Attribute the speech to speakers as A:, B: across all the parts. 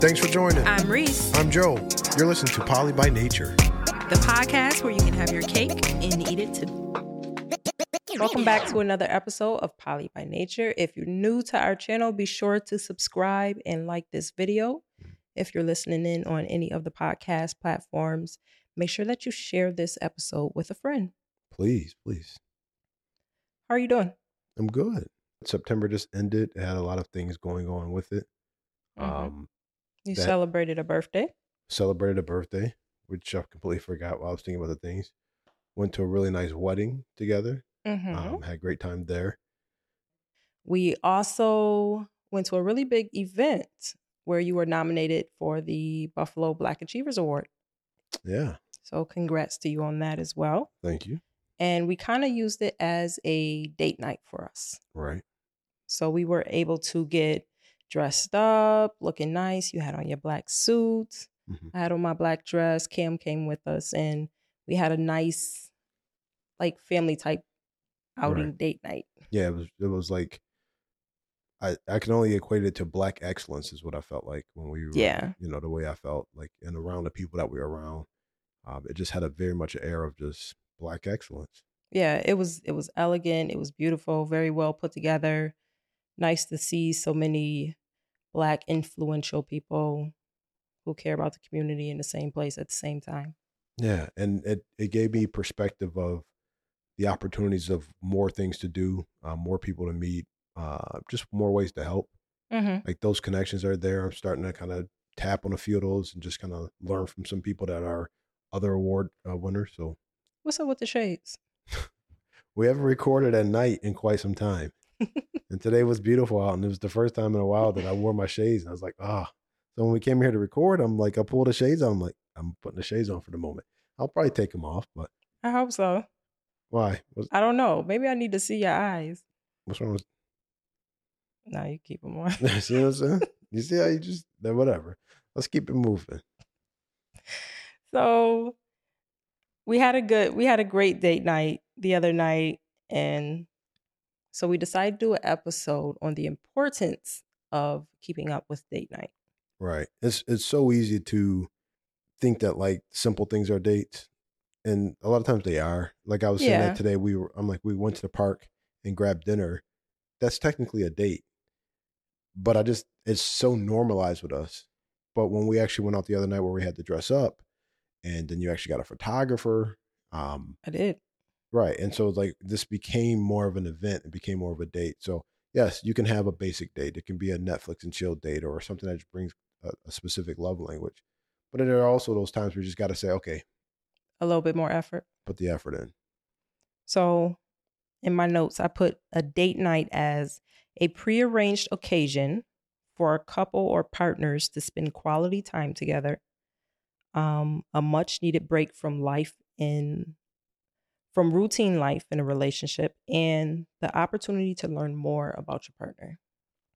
A: Thanks for joining.
B: I'm Reese,
A: I'm Joe. You're listening to Poly by Nature.
B: the podcast where you can have your cake and eat it too.
C: Welcome back to another episode of Poly by Nature. If you're new to our channel, be sure to subscribe and like this video. If you're listening in on any of the podcast platforms, make sure that you share this episode with a friend.
A: Please, please.
C: How are you doing?
A: I'm good. September just ended. It had a lot of things going on with it.
C: Mm-hmm.
B: Mm-hmm.
A: Um,
C: you
A: that-
C: celebrated a birthday.
A: celebrated a birthday, which I completely forgot while I was thinking about the things. Went to a really nice wedding together.
C: Mm-hmm.
A: Um, had a great time there.
C: we also went to a really big event where you were nominated for the Buffalo Black Achievers Award.
A: Yeah.
C: So, congrats to you on that as well.
A: Thank you.
C: And we kind of used it as a date night for us.
A: Right.
C: So we were able to get dressed up, looking nice. You had on your black suit.
A: Mhm.
C: I had on my black dress. Cam came with us and we had a nice like family type outing
A: Right.
C: date night.
A: Yeah. It was. It was like. I, I can only equate it to black excellence is what I felt like when we were
C: Yeah.
A: you know the way I felt like and around the people that we were around um, it just had a very much an air of just black excellence
C: Yeah, it was it was elegant, it was beautiful, very well put together. Nice to see so many black influential people who care about the community in the same place at the same time.
A: yeah and it, it gave me perspective of the opportunities of more things to do uh, more people to meet uh, just more ways to help
C: Mm-hmm.
A: like those connections are there i'm starting to kind of tap on a few of those and just kind of learn from some people that are other award uh, winners so
C: What's up with the shades?
A: we haven't recorded at night in quite some time and today was beautiful out and it was the first time in a while that i wore my shades and i was like ah so when we came here to record i'm like i pulled the shades on i'm like i'm putting the shades on for the moment i'll probably take them off but
C: I hope so.
A: why what's,
C: I don't know. Maybe I need to see your eyes.
A: what's wrong with
C: No, you keep them on.
A: see what i'm saying you see how you just then whatever let's keep it moving
C: so we had a good, we had a great date night the other night, and so we decided to do an episode on the importance of keeping up with date night.
A: right it's it's so easy to think that like simple things are dates and a lot of times they are like i was saying
C: Yeah.
A: that today we were i'm like we went to the park and grabbed dinner that's technically a date but i just it's so normalized with us but when we actually went out the other night where we had to dress up and then you actually got a photographer um
C: I did.
A: right and so like this became more of an event it became more of a date so yes you can have a basic date it can be a netflix and chill date or something that just brings a, a specific love language but there are also those times where you just got to say okay
C: A little bit more effort.
A: put the effort in
C: So in my notes, I put a date night as a prearranged occasion for a couple or partners to spend quality time together, um, a much needed break from life in from routine life in a relationship and the opportunity to learn more about your partner.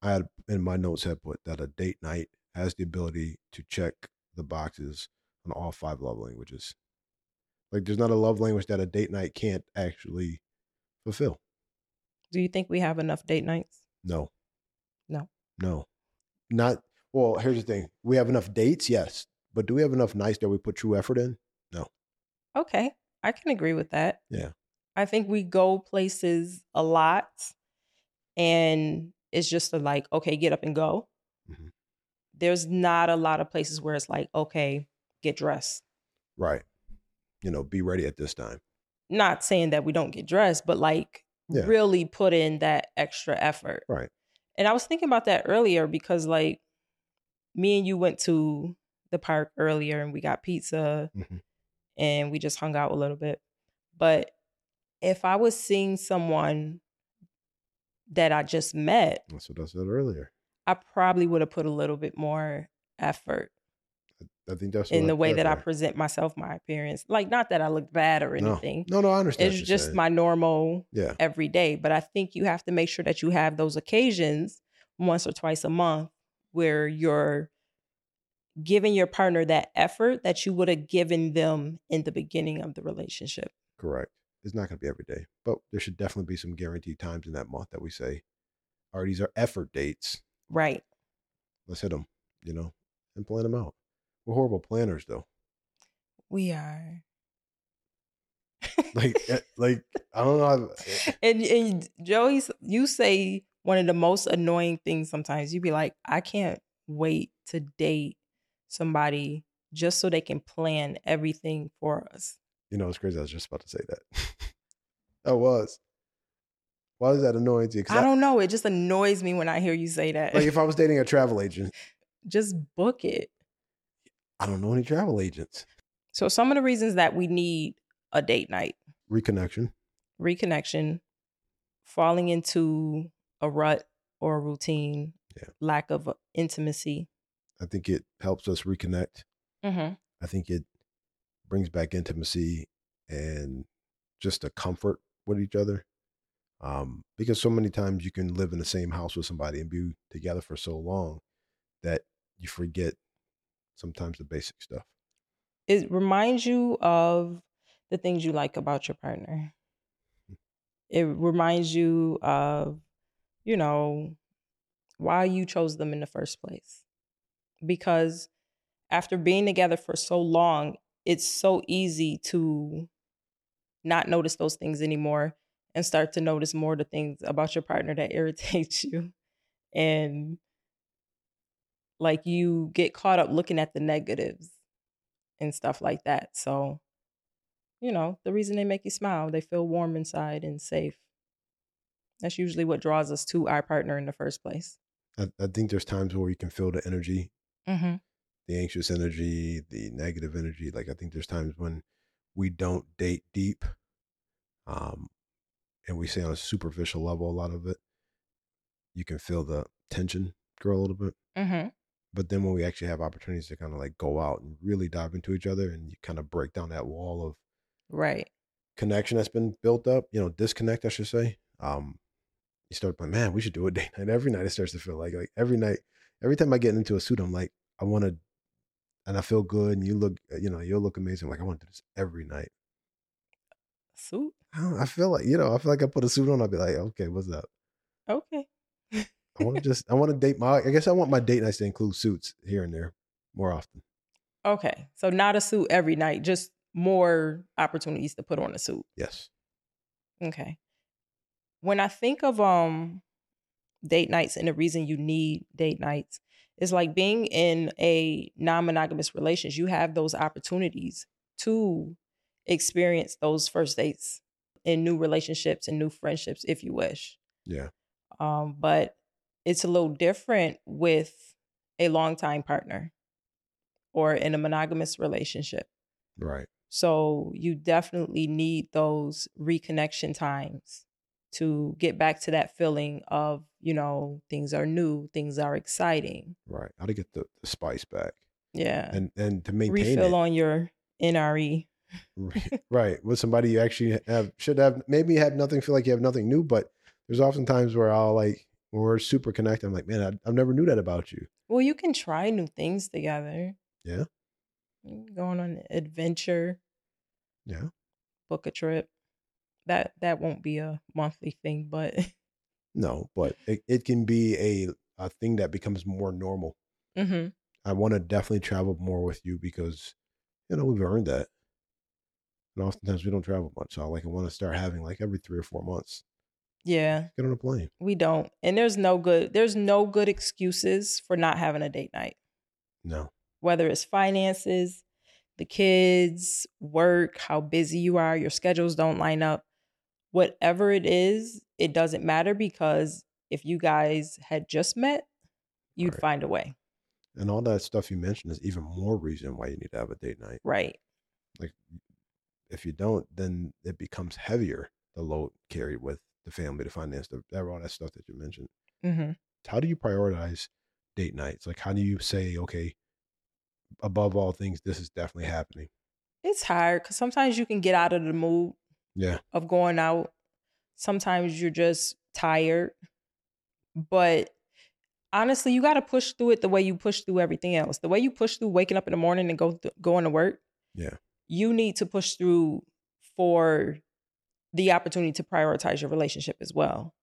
A: I had in my notes had put that a date night has the ability to check the boxes on all five love languages. Like there's not a love language that a date night can't actually fulfill.
C: Do you think we have enough date nights?
A: No.
C: No.
A: No. Not well, here's the thing. We have enough dates, yes. But do we have enough nights that we put true effort in?
C: Okay, I can agree with that.
A: Yeah.
C: I think we go places a lot and it's just a like, okay, get up and go.
A: Mhm.
C: There's not a lot of places where it's like, okay, get dressed.
A: Right. You know, be ready at this time.
C: Not saying that we don't get dressed, but like
A: Yeah.
C: really put in that extra effort.
A: Right.
C: And I was thinking about that earlier because like me and you went to the park earlier and we got pizza
A: Mhm.
C: and we just hung out a little bit. But if I was seeing someone that I just met,
A: That's what I said earlier.
C: I probably would have put a little bit more effort
A: I think that's what
C: in
A: I
C: the way
A: said
C: that I
A: there.
C: present myself, my appearance. Like not that I look bad or
A: no.
C: anything.
A: No, no, I understand.
C: It's
A: what you're
C: just
A: saying.
C: my normal
A: Yeah.
C: every day. But I think you have to make sure that you have those occasions once or twice a month where you're giving your partner that effort that you would have given them in the beginning of the relationship.
A: Correct. It's not going to be every day, but there should definitely be some guaranteed times in that month that we say, "All right, these are effort dates.
C: Right.
A: Let's hit them." You know, and plan them out. We're horrible planners, though.
C: We are.
A: Like, eh, like I don't know. How, eh,
C: and, and Joey, you say one of the most annoying things sometimes. You'd be like, I can't wait to date somebody just so they can plan everything for us.
A: you know, it's crazy. I was just about to say that. I was. Why is that annoying to you? 'Cause
C: I don't know. It just annoys me when I hear you say that.
A: like if I was dating a travel agent.
C: just book it.
A: I don't know any travel agents.
C: So, some of the reasons that we need a date night
A: Reconnection.
C: reconnection, falling into a rut or a routine,
A: Yeah.
C: lack of intimacy.
A: I think it helps us reconnect.
C: Mm-hmm.
A: I think it brings back intimacy and just a comfort with each other. Um, because so many times you can live in the same house with somebody and be together for so long that you forget sometimes the basic stuff.
C: It reminds you of the things you like about your partner. It reminds you of, you know, why you chose them in the first place. Because after being together for so long, it's so easy to not notice those things anymore and start to notice more the things about your partner that irritates you. And like you get caught up looking at the negatives and stuff like that. So, you know, the reason they make you smile, they feel warm inside and safe. That's usually what draws us to our partner in the first place.
A: I, I think there's times where you can feel the energy,
C: Mm-hmm.
A: the anxious energy, the negative energy. Like I think there's times when we don't date deep. Um, and we say on a superficial level a lot of it. You can feel the tension grow a little bit.
C: Mm-hmm.
A: but then when we actually have opportunities to kind of like go out and really dive into each other and you kind of break down that wall of
C: Right.
A: connection that's been built up you know disconnect i should say um you start like man we should do a date night every night it starts to feel like like every night every time i get into a suit i'm like i want to and i feel good and you look uh, you know you'll look amazing like i want to do this every night
C: Suit.
A: I, don't, I feel like you know i feel like i put a suit on i'll be like okay what's up
C: Okay.
A: i want to just i want to date my i guess i want my date nights to include suits here and there more often
C: Okay. So not a suit every night, just more opportunities to put on a suit.
A: yes
C: Okay. When I think of um date nights and the reason you need date nights is like being in a non-monogamous relationship, you have those opportunities to experience those first dates in new relationships and new friendships if you wish.
A: yeah
C: Um, but it's a little different with a longtime partner or in a monogamous relationship.
A: right
C: So you definitely need those reconnection times to get back to that feeling of, you know, things are new, things are exciting.
A: Right. How to get the, the spice back
C: Yeah.
A: and and to maintain
C: Refill
A: it.
C: on your E. NRE.
A: Ri- right. With somebody you actually have should have maybe have nothing feel like you have nothing new, but there's often times where I'll like when we're super connected, I'm like, man, I, I never knew that about you.
C: Well, you can try new things together.
A: Yeah.
C: You can go on an adventure,
A: Yeah.
C: book a trip. That that won't be a monthly thing, but
A: No, but it, it can be a a thing that becomes more normal.
C: Mhm.
A: I want to definitely travel more with you because you know we've earned that. And oftentimes we don't travel much. So I like I want to start having like every three or four months.
C: yeah,
A: Get on a plane.
C: we don't. And there's no good there's no good excuses for not having a date night.
A: No.
C: whether it's finances, the kids, work, how busy you are, your schedules don't line up, whatever it is, it doesn't matter because if you guys had just met, you'd
A: Right.
C: find a way.
A: And all that stuff you mentioned is even more reason why you need to have a date night.
C: Right.
A: if you don't, then it becomes heavier the load carried with the family, the finance, the that- all that stuff that you mentioned.
C: Mm-hmm.
A: How do you prioritize date nights? Like, how do you say, okay, above all things, this is definitely happening?
C: It's hard because sometimes you can get out of the mood
A: Yeah,
C: of going out. Sometimes you're just tired. But honestly, you got to push through it the way you push through everything else. The way you push through waking up in the morning and go th- going to work.
A: Yeah.
C: You need to push through for the opportunity to prioritize your relationship as well.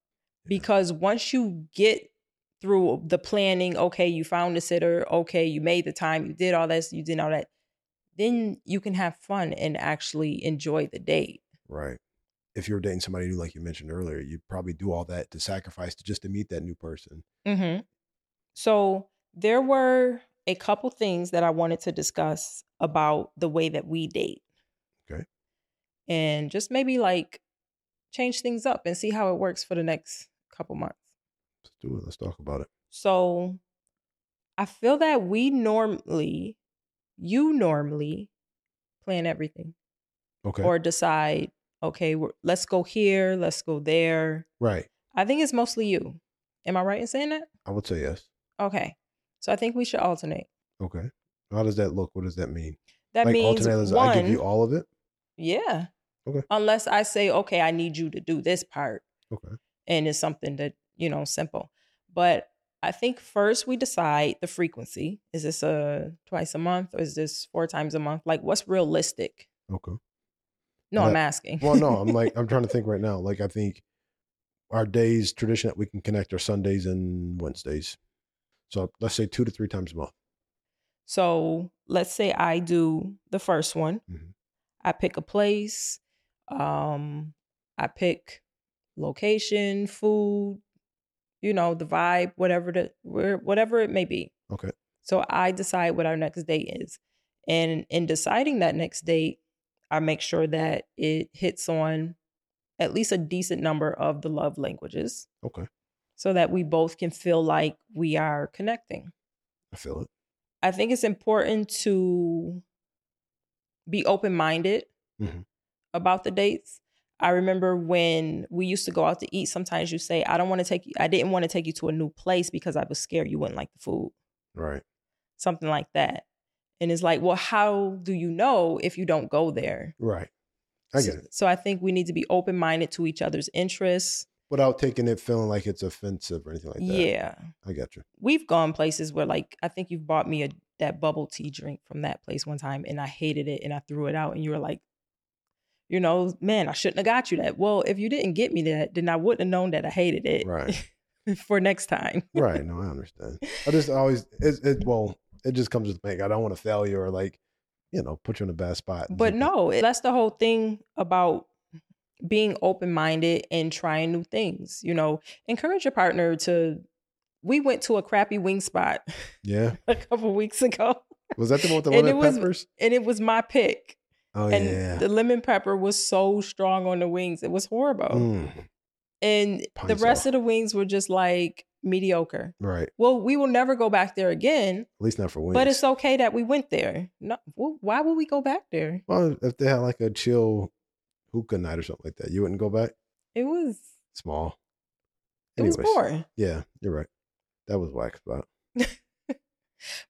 A: Yeah.
C: Because once you get through the planning, okay, you found a sitter, okay, you made the time, you did all this, you did all that, then you can have fun and actually enjoy the date.
A: Right. If you were dating somebody new, like you mentioned earlier, you'd probably do all that to sacrifice to just to meet that new person.
C: Mm-hmm. So there were a couple things that I wanted to discuss about the way that we date.
A: Okay.
C: And just maybe like change things up and see how it works for the next couple months.
A: Let's do it. Let's talk about it.
C: So I feel that we normally, you normally plan everything
A: Okay.
C: or decide, okay, we're, let's go here, let's go there.
A: right.
C: I think it's mostly you. Am I right in saying that?
A: I would say yes.
C: Okay. So I think we should alternate.
A: Okay. How does that look? What does that mean?
C: That
A: like
C: means
A: alternate is
C: one,
A: I give you all of it.
C: yeah.
A: Okay.
C: Unless I say, okay, I need you to do this part.
A: Okay.
C: and it's something that you know simple but i think first we decide the frequency is this a twice a month or is this four times a month like what's realistic
A: Okay.
C: no i'm
A: That-
C: asking
A: Well, no, I'm like I'm trying to think right now. Like I think our days tradition that we can connect are Sundays and Wednesdays. So let's say two to three times a month.
C: so let's say i do the first one
A: Mhm.
C: i pick a place um i pick location food you know the vibe whatever the where whatever it may be
A: Okay.
C: So I decide what our next date is. And in deciding that next date, I make sure that it hits on at least a decent number of the love languages
A: Okay.
C: so that we both can feel like we are connecting.
A: I feel it.
C: I think it's important to be open minded
A: Mhm.
C: about the dates. I remember when we used to go out to eat, sometimes you say, I don't want to take you, I didn't want to take you to a new place because I was scared you wouldn't like the food.
A: Right.
C: something like that. And it's like, well, how do you know if you don't go there?
A: Right. I get
C: so,
A: it.
C: So I think we need to be open minded to each other's interests.
A: Without taking it feeling like it's offensive or anything like that.
C: yeah.
A: I got you.
C: We've gone places where, like, I think you've bought me a, that bubble tea drink from that place one time and I hated it and I threw it out. And you were like, you know, man, I shouldn't have got you that. Well, if you didn't get me that, then I wouldn't have known that I hated it
A: Right.
C: for next time.
A: Right. No, I understand. I just always it, it well, it just comes with like I don't want to fail you or like, you know, put you in a bad spot.
C: But no, it- that's the whole thing about being open minded and trying new things. You know, encourage your partner to. We went to a crappy wing spot
A: Yeah.
C: a couple weeks ago,
A: Was that the one with the
C: And it
A: lemon
C: was-
A: peppers?
C: and it was my pick.
A: Oh
C: and
A: yeah.
C: the lemon pepper was so strong on the wings, it was horrible.
A: Mm,
C: And the
A: Pints
C: rest
A: off.
C: of the wings were just like mediocre.
A: right. At
C: Well, we will never go back there again,
A: least not for wings.
C: but it's okay that we went there. No, well, why would we go back there?
A: Well, if they had like a chill hookah night or something like that, you wouldn't go back.
C: It was
A: Small.
C: it was boring.
A: Yeah, you're right. That was whack spot.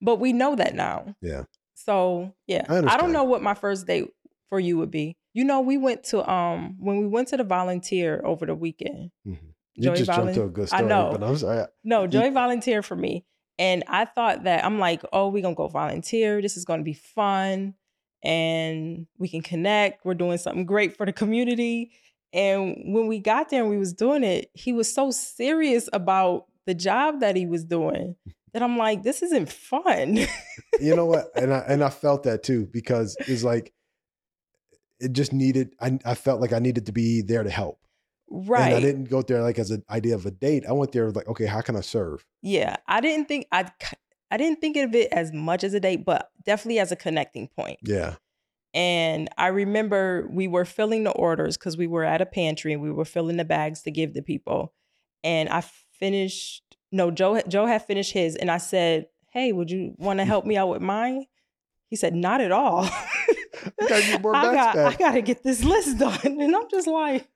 C: but we know that now.
A: Yeah.
C: So yeah,
A: I
C: I, don't
A: understand.
C: know what my first date for you would be. You know, we went to um when we went to the volunteer over the weekend.
A: hmm You just jumped to a good
C: I
A: story,
C: know.
A: but I'm sorry.
C: No, Joey volunteered for me, and I thought that I'm like, oh, we're gonna go volunteer. This is gonna be fun, and we can connect. We're doing something great for the community. And when we got there and we was doing it, he was so serious about the job that he was doing that I'm like, this isn't fun.
A: You know what? And I and I felt that too because it's like it just needed. I I felt like I needed to be there to help. And I
C: right.
A: didn't go there like as an idea of a date. I went there like, okay, how can I serve?
C: yeah i didn't think i i didn't think of it as much as a date but definitely as a connecting point
A: Yeah.
C: and i remember we were filling the orders because we were at a pantry and we were filling the bags to give the people and i finished no joe joe had finished his and i said hey would you want to help me out with mine he said not at all
A: I gotta get more
C: I, got,
A: backpack.
C: I gotta get this list done and i'm just like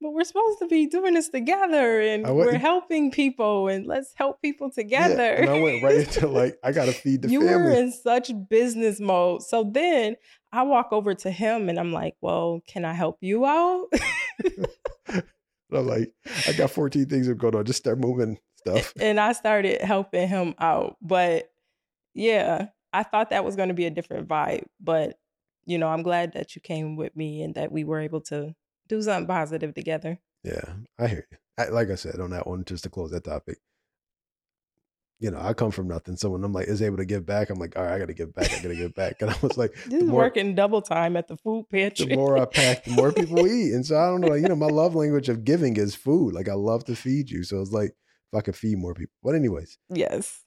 C: but we're supposed to be doing this together and
A: I
C: we're
A: wouldn't-
C: helping people and let's help people
A: Yeah,
C: together
A: and I went right into like I gotta feed the
C: you were
A: family.
C: in such business mode so then i walk over to him and i'm like well can i help you out
A: And I'm like, I got 14 things that going on. Just start moving stuff.
C: and i started helping him out but yeah i thought that was going to be a different vibe but you know i'm glad that you came with me and that we were able to do something positive together
A: Yeah, I hear you. I, like I said on that one, just to close that topic, you know, I come from nothing. So when I'm like is able to give back, I'm like, all right, I gotta give back. I gotta give back. And I was like,
C: This
A: the
C: is
A: more-
C: working double time at the food pantry.
A: the more I pack, the more people eat. And so I don't know, like, you know, my love language of giving is food. Like I love to feed you. So it's like if I could feed more people. But anyways,
C: Yes.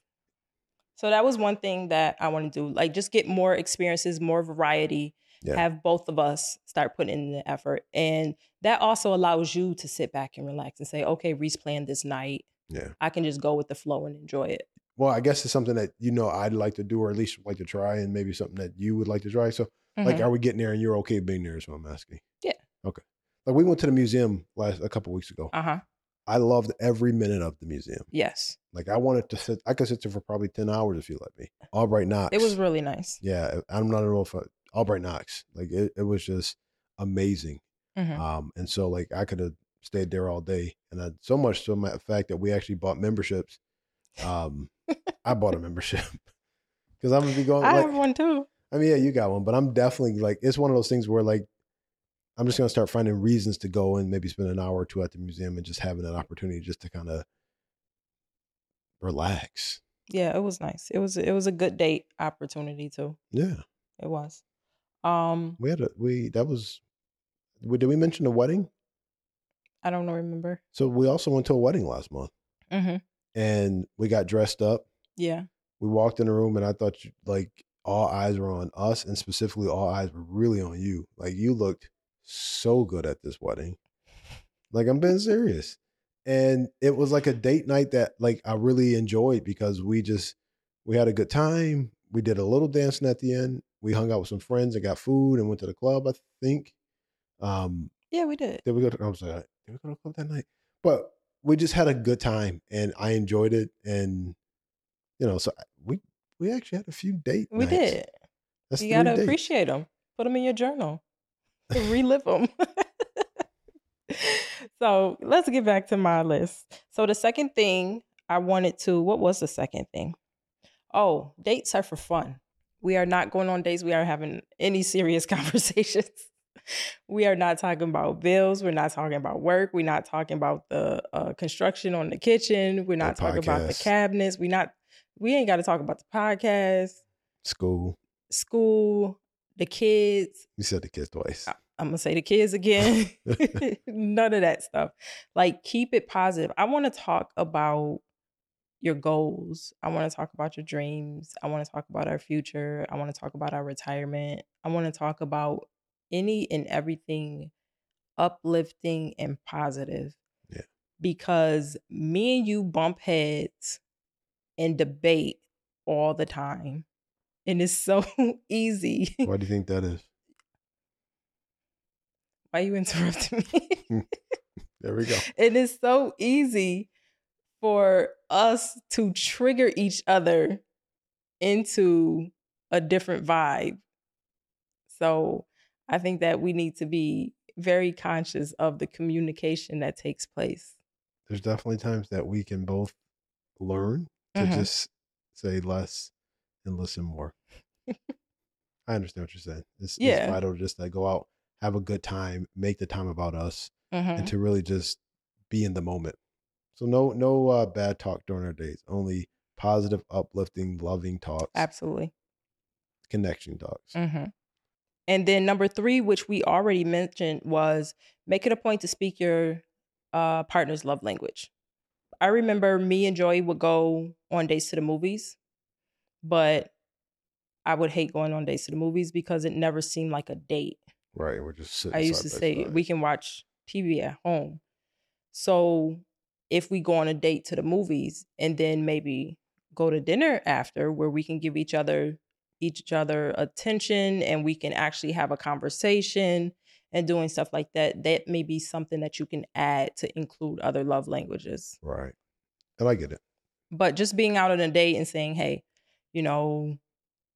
C: So that was one thing that I want to do, like just get more experiences, more variety.
A: Yeah.
C: Have both of us start putting in the effort, and that also allows you to sit back and relax and say, "Okay, Reese planned this night.
A: Yeah.
C: I can just go with the flow and enjoy it."
A: well, I guess it's something that you know I'd like to do or at least like to try and maybe something that you would like to try. So like are we getting there and you're okay being there is what I'm asking.
C: Mm-hmm. Yeah.
A: Okay. Like we went to the museum last a couple weeks ago.
C: uh huh.
A: I loved every minute of the museum.
C: Yes,
A: Like I wanted to sit I could sit there for probably ten hours if you let me. Albright Knox.
C: it was really nice.
A: yeah, I'm not know if I, Albright Knox. Like it, it was just amazing.
C: Mhm.
A: Um, and so like I could have stayed there all day, and I, so much so the fact that we actually bought memberships. Um, I bought a membership because I'm gonna be going.
C: I
A: Like,
C: have one too.
A: I mean, yeah, you got one, but I'm definitely like it's one of those things where like I'm just gonna start finding reasons to go and maybe spend an hour or two at the museum and just having an opportunity just to kind of relax.
C: Yeah, it was nice. It was it was a good date opportunity too.
A: Yeah,
C: It was. Um,
A: we had a we that was. we- Did we mention the wedding?
C: I don't remember.
A: So we also went to a wedding last month,
C: Mm-hmm.
A: and we got dressed up.
C: Yeah.
A: we walked in the room and I thought you, like all eyes were on us and specifically all eyes were really on you. Like you looked so good at this wedding. Like I'm being serious. And it was like a date night that like I really enjoyed because we just we had a good time. We did a little dancing at the end. We hung out with some friends and got food and went to the club, I think. Um,
C: Yeah, we did.
A: did we go to I'm sorry, did we go to a club that night? But we just had a good time and I enjoyed it and you know, so I- we we actually had a few date
C: We
A: nights.
C: did.
A: That's
C: you
A: three
C: gotta
A: dates.
C: appreciate them. Put them in your journal. Relive them. so let's get back to my list. So the second thing I wanted to, what was the second thing? Oh, dates are for fun. We are not going on dates. We are having any serious conversations. We are not talking about bills. We're not talking about work. We're not talking about the uh, construction on the kitchen. We're not
A: The
C: talking about the
A: podcast.
C: cabinets. We not. We ain't got to talk about the podcast
A: school.
C: school, the kids.
A: You said the kids twice.
C: I- I'm gonna say the kids again. None of that stuff. Like keep it positive. I want to talk about your goals. I want to talk about your dreams. I want to talk about our future. I want to talk about our retirement. I want to talk about any and everything uplifting and positive.
A: Yeah.
C: Because me and you bump heads and debate all the time. And it's so easy.
A: Why do you think that is?
C: Why you interrupting me?
A: There we go.
C: it is so easy for us to trigger each other into a different vibe. So I think that we need to be very conscious of the communication that takes place.
A: There's definitely times that we can both learn to
C: Mhm.
A: just say less and listen more. I understand what you're saying. It's,
C: Yeah.
A: it's vital to just like go out, have a good time, make the time about us, and to really just be in the moment. So no no uh, bad talk during our days. Only positive, uplifting, loving talks,
C: Absolutely.
A: connection talks.
C: Mhm. And then number three, which we already mentioned, was make it a point to speak your uh, partner's love language. I remember me and Joy would go on dates to the movies, but I would hate going on dates to the movies because it never seemed like a date.
A: Right. We're just sitting.
C: I used to
A: side by
C: say
A: side.
C: we can watch TV at home. So if we go on a date to the movies and then maybe go to dinner after where we can give each other each other attention and we can actually have a conversation and doing stuff like that that may be something that you can add to include other love languages
A: right. And I get it.
C: but just being out on a date and saying hey you know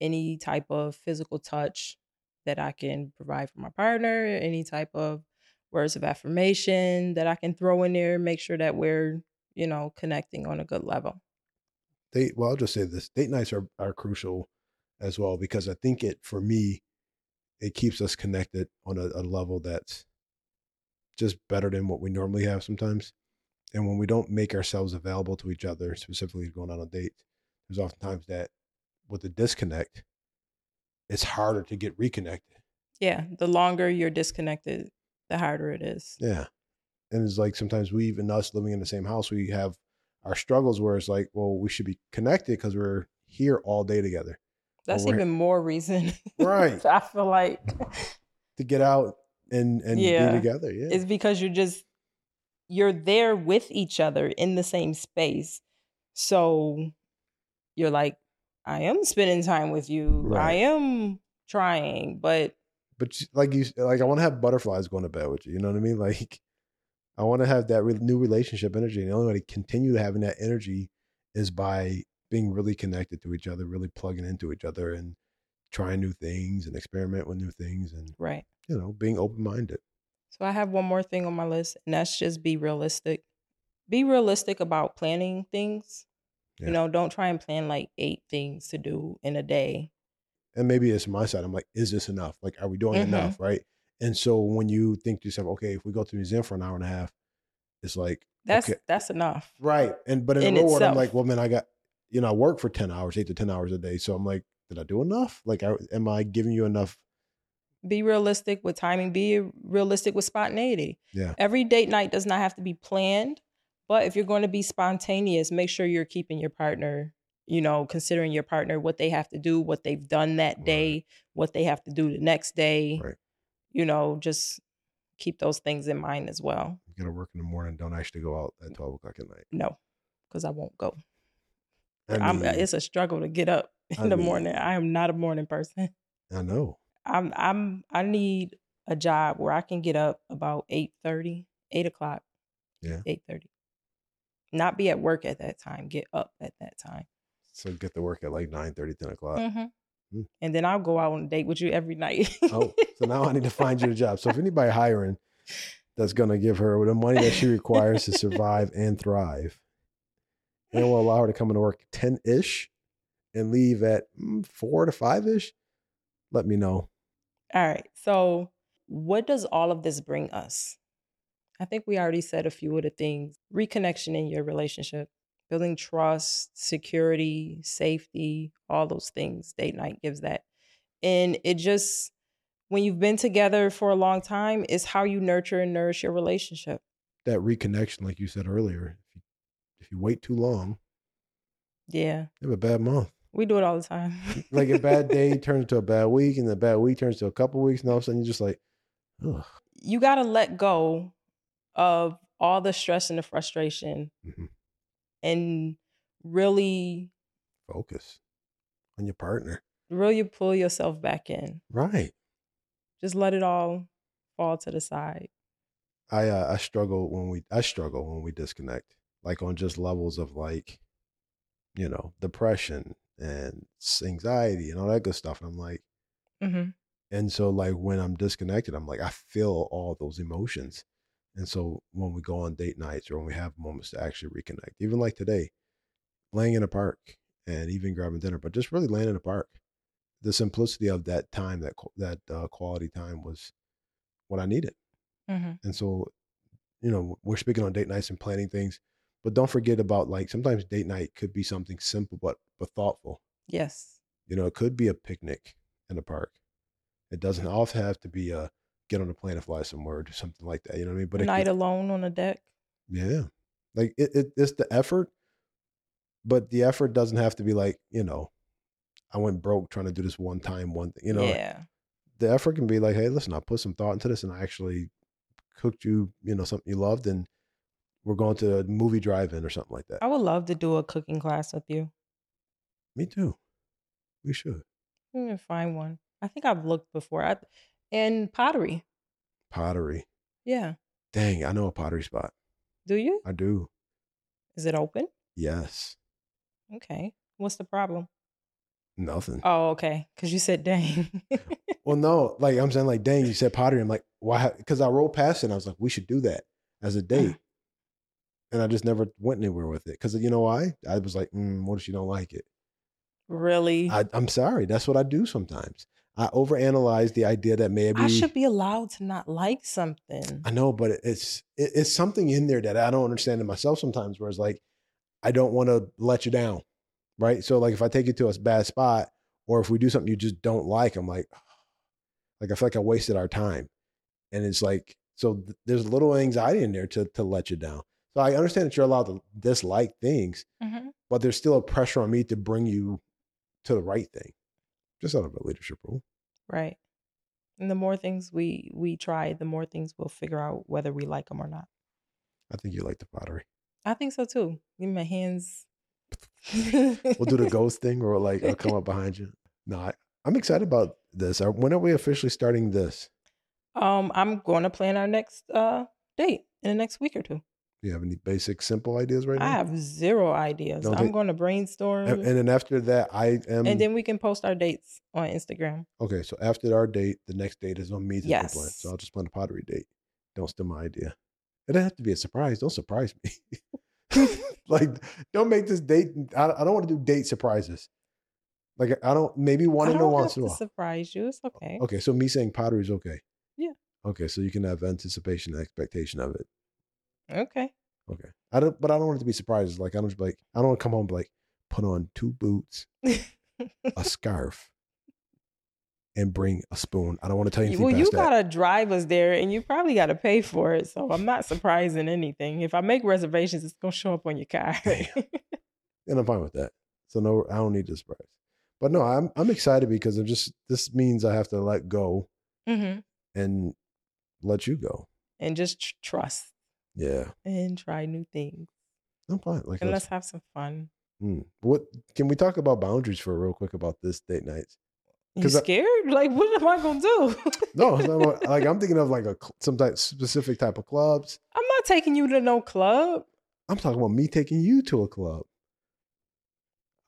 C: any type of physical touch that i can provide for my partner any type of words of affirmation that i can throw in there make sure that we're you know connecting on a good level
A: Date. Well, I'll just say this: date nights are are crucial as well because I think it for me, it keeps us connected on a, a level that's just better than what we normally have sometimes. and when we don't make ourselves available to each other, specifically going out on dates, there's oftentimes that with the disconnect, it's harder to get reconnected.
C: Yeah. The longer you're disconnected, the harder it is.
A: Yeah. And it's like sometimes we even us living in the same house, we have our struggles where it's like, well, we should be connected because we're here all day together.
C: That's
A: we're-
C: even more reason.
A: Right.
C: I feel like
A: To get out and and
C: Yeah.
A: be together. Yeah.
C: it's because you're just you're there with each other in the same space. So you're like, I am spending time with you. I
A: Right.
C: am trying, but
A: but you- like you like I want to have butterflies going to bed with you. You know what I mean? Like I want to have that re- new relationship energy, and the only way to continue having that energy is by being really connected to each other, really plugging into each other, and trying new things and experiment with new things, and
C: right.
A: you know, being open minded.
C: So I have one more thing on my list, and that's just be realistic. Be realistic about planning things. You
A: Yeah.
C: know, don't try and plan like eight things to do in a day.
A: And maybe it's my side. I'm like, is this enough? Like, are we doing
C: Mhm.
A: enough? Right. And so when you think to yourself, okay, if we go to the museum for an hour and a half, it's like
C: That's
A: Okay.
C: that's enough.
A: Right. And but in,
C: in
A: the real world, I'm
C: itself.
A: like, well, man, I got you know, I work for ten hours, eight to ten hours a day. So I'm like, did I do enough? Like, I, am I giving you enough?
C: Be realistic with timing. Be realistic with spontaneity.
A: Yeah.
C: Every date night does not have to be planned, but if you're going to be spontaneous, make sure you're keeping your partner, you know, considering your partner what they have to do, what they've done that
A: Right.
C: day, what they have to do the next day.
A: Right.
C: You know, just keep those things in mind as well.
A: You gotta work in the morning. Don't actually go out at twelve o'clock at night.
C: No, because I won't go.
A: I,
C: I'm, uh,
A: mean,
C: it's a struggle to get up in
A: I
C: the
A: mean-
C: morning. I am not a morning person.
A: I know.
C: I'm I'm I need a job where I can get up about 8.30, 8 o'clock.
A: Yeah.
C: Eight thirty. Not be at work at that time. Get up at that time.
A: So get to work at like 9 10 o'clock.
C: Mm-hmm.
A: Uh, Mm.
C: And then I'll go out on a date with you every night.
A: Oh, so now I need to find you a job. So if anybody hiring that's gonna give her the money that she requires to survive and thrive, and will allow her to come into work 10 ish and leave at mm, four to five ish, let me know.
C: All right. So, what does all of this bring us? I think we already said a few of the things reconnection in your relationship, building trust, security, safety, all those things. Date night gives that. And it just, when you've been together for a long time, is how you nurture and nourish your relationship.
A: that reconnection, like you said earlier, if you, if you wait too long,
C: Yeah.
A: you have a bad month.
C: We do it all the time.
A: Like a bad day turns into a bad week, and the bad week turns to a couple weeks, and all of a sudden you're just like, ugh.
C: you got to let go of all the stress and the frustration
A: Mhm.
C: and really
A: focus on your partner.
C: really pull yourself back in.
A: Right.
C: Just let it all fall to the side.
A: I uh, I struggle when we I struggle when we disconnect, like on just levels of like, you know, depression and s- anxiety and all that good stuff. And I'm like,
C: Mm-hmm.
A: And so like when I'm disconnected, I'm like I feel all those emotions. And so when we go on date nights or when we have moments to actually reconnect, even like today, laying in a park and even grabbing dinner, but just really laying in a park. The simplicity of that time, that qu- that uh, quality time was what I needed.
C: Mm-hmm.
A: And so, you know, we're speaking on date nights and planning things, but don't forget about like sometimes date night could be something simple but but thoughtful.
C: Yes.
A: You know, it could be a picnic in a park. It doesn't all have to be a get on a plane and fly somewhere or do something like that. You know what I mean? But it
C: Night
A: could,
C: alone on a deck.
A: yeah, like it, it, it's the effort, but the effort doesn't have to be like you know, I went broke trying to do this one time one thing. You know,
C: yeah.
A: the effort can be like, hey, listen, I put some thought into this and I actually cooked you, you know, something you loved, and we're going to a movie drive-in or something like that.
C: I would love to do a cooking class with you.
A: Me too. We should
C: I'm gonna find one. I think I've looked before. I and pottery.
A: pottery.
C: Yeah.
A: Dang, I know a pottery spot.
C: Do you?
A: I do.
C: Is it open?
A: Yes.
C: Okay. What's the problem?
A: Nothing.
C: Oh, okay. Because you said dang.
A: Well, no, like I'm saying, like, dang, you said pottery. I'm like, why? Because I rolled past it and I was like, we should do that as a date. And I just never went anywhere with it. Because you know why? I was like, mm, what if you don't like it?
C: really?
A: I, I'm sorry. That's what I do sometimes. I overanalyzed the idea that maybe
C: I should be allowed to not like something.
A: I know, but it's it, it's something in there that I don't understand in myself sometimes. Where it's like, I don't want to let you down, right? So like, if I take you to a bad spot, or if we do something you just don't like, I'm like, like I feel like I wasted our time, and it's like, so th- there's a little anxiety in there to to let you down. So I understand that you're allowed to dislike things,
C: Mm-hmm.
A: but there's still a pressure on me to bring you to the right thing. Just out of a leadership rule.
C: Right. And the more things we we try, the more things we'll figure out whether we like them or not.
A: I think you like the pottery.
C: I think so too. Give me my hands.
A: We'll do the ghost thing or like I'll come up behind you. No, I, I'm excited about this. Uh, When are we officially starting this?
C: Um, I'm going to plan our next uh date in the next week or two.
A: Do you have any basic, simple ideas right
C: I
A: now?
C: have zero ideas.
A: Don't
C: I'm
A: they-
C: going to brainstorm,
A: And, um and then after that, I am.
C: and then we can post our dates on Instagram.
A: okay, so after our date, the next date is on me to yes. plan. So
C: Yes.
A: I'll just plan a pottery date. Don't steal my idea. It doesn't have to be a surprise. Don't surprise me. like, don't make this date. I, I don't want to do date surprises. Like, I don't. Maybe one
C: I
A: in a
C: don't
A: once
C: have
A: in a
C: to
A: while.
C: surprise you. It's okay.
A: Okay, so me saying pottery is okay.
C: Yeah.
A: Okay, so you can have anticipation and expectation of it.
C: Okay.
A: Okay. I don't, but I don't want it to be surprises. Like I don't just be like I don't want to come home and be like put on two boots, a scarf, and bring a spoon. I don't want to tell you anything
C: well, you
A: past that.
C: gotta drive us there, and you probably gotta pay for it. So I'm not surprising anything. If I make reservations, it's gonna show up on your card.
A: Damn. and I'm fine with that. So no, I don't need the surprise. But no, I'm I'm excited because I'm just this means I have to let go
C: hmm
A: and let you go.
C: And just tr- trust
A: Yeah,
C: and try new things,
A: I'm fine. Like
C: and
A: let's-
C: let's have some fun.
A: mm. what can we talk about boundaries for real quick about this date nights?
C: You
A: 'Cause I-
C: scared? like, what am I gonna do?
A: No, it's not about- like I'm thinking of like a cl- some type specific type of clubs.
C: I'm not taking you to no club.
A: I'm talking about me taking you to a club.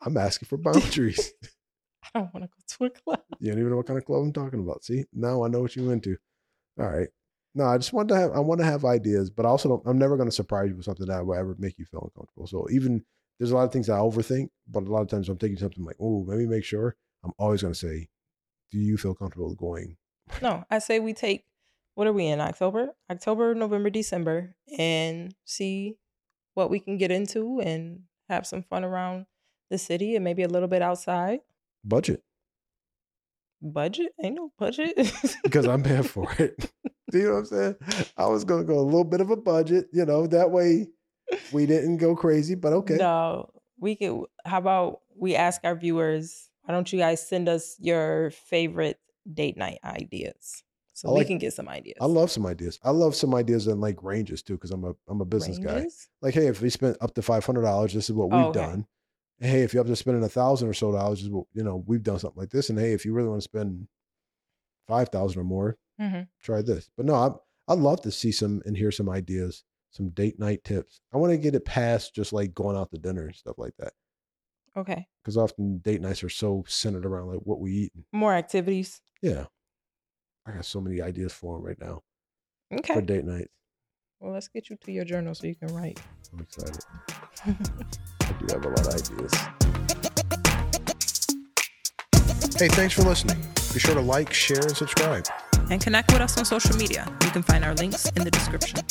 A: I'm asking for boundaries.
C: I don't want to go to a club.
A: you don't even know what kind of club I'm talking about. See, now I know what you into. All right. No, I just want to have I want to have ideas, but I also don't I'm never going to surprise you with something that will ever make you feel uncomfortable. So even there's a lot of things I overthink, but a lot of times I'm taking something like, oh, let me make sure. I'm always going to say, do you feel comfortable going?
C: No, I say we take. What are we in October? October, November, December, and see what we can get into and have some fun around the city and maybe a little bit outside.
A: Budget
C: Budget ain't no budget.
A: because I'm paying for it. do you know what I'm saying? I was going to go a little bit of a budget, you know, that way we didn't go crazy, but okay.
C: No, we could. How about we ask our viewers? Why don't you guys send us your favorite date night ideas so
A: I
C: we
A: like-
C: can get some ideas.
A: I love some ideas. I love some ideas and like ranges too, because I'm a I'm a business guy.
C: Ranges?
A: Like, hey, if we spent up to five hundred dollars, this is what we've
C: Oh, okay.
A: done. And hey, if you're up to spending a thousand or so dollars, this is what you know we've done something like this. And hey, if you really want to spend five thousand or more,
C: Mhm.
A: try this. But no, I'm I'd love to see some and hear some ideas, some date night tips. I want to get it past just like going out to dinner and stuff like that,
C: Okay,
A: because often date nights are so centered around like what we eat.
C: more activities.
A: Yeah, I got so many ideas for 'em right now
C: Okay.
A: for date nights.
C: Well, let's get you to your journal so you can write.
A: I'm excited. I do have a lot of ideas. Hey, thanks for listening. Be sure to like, share, and subscribe.
B: And connect with us on social media. You can find our links in the description.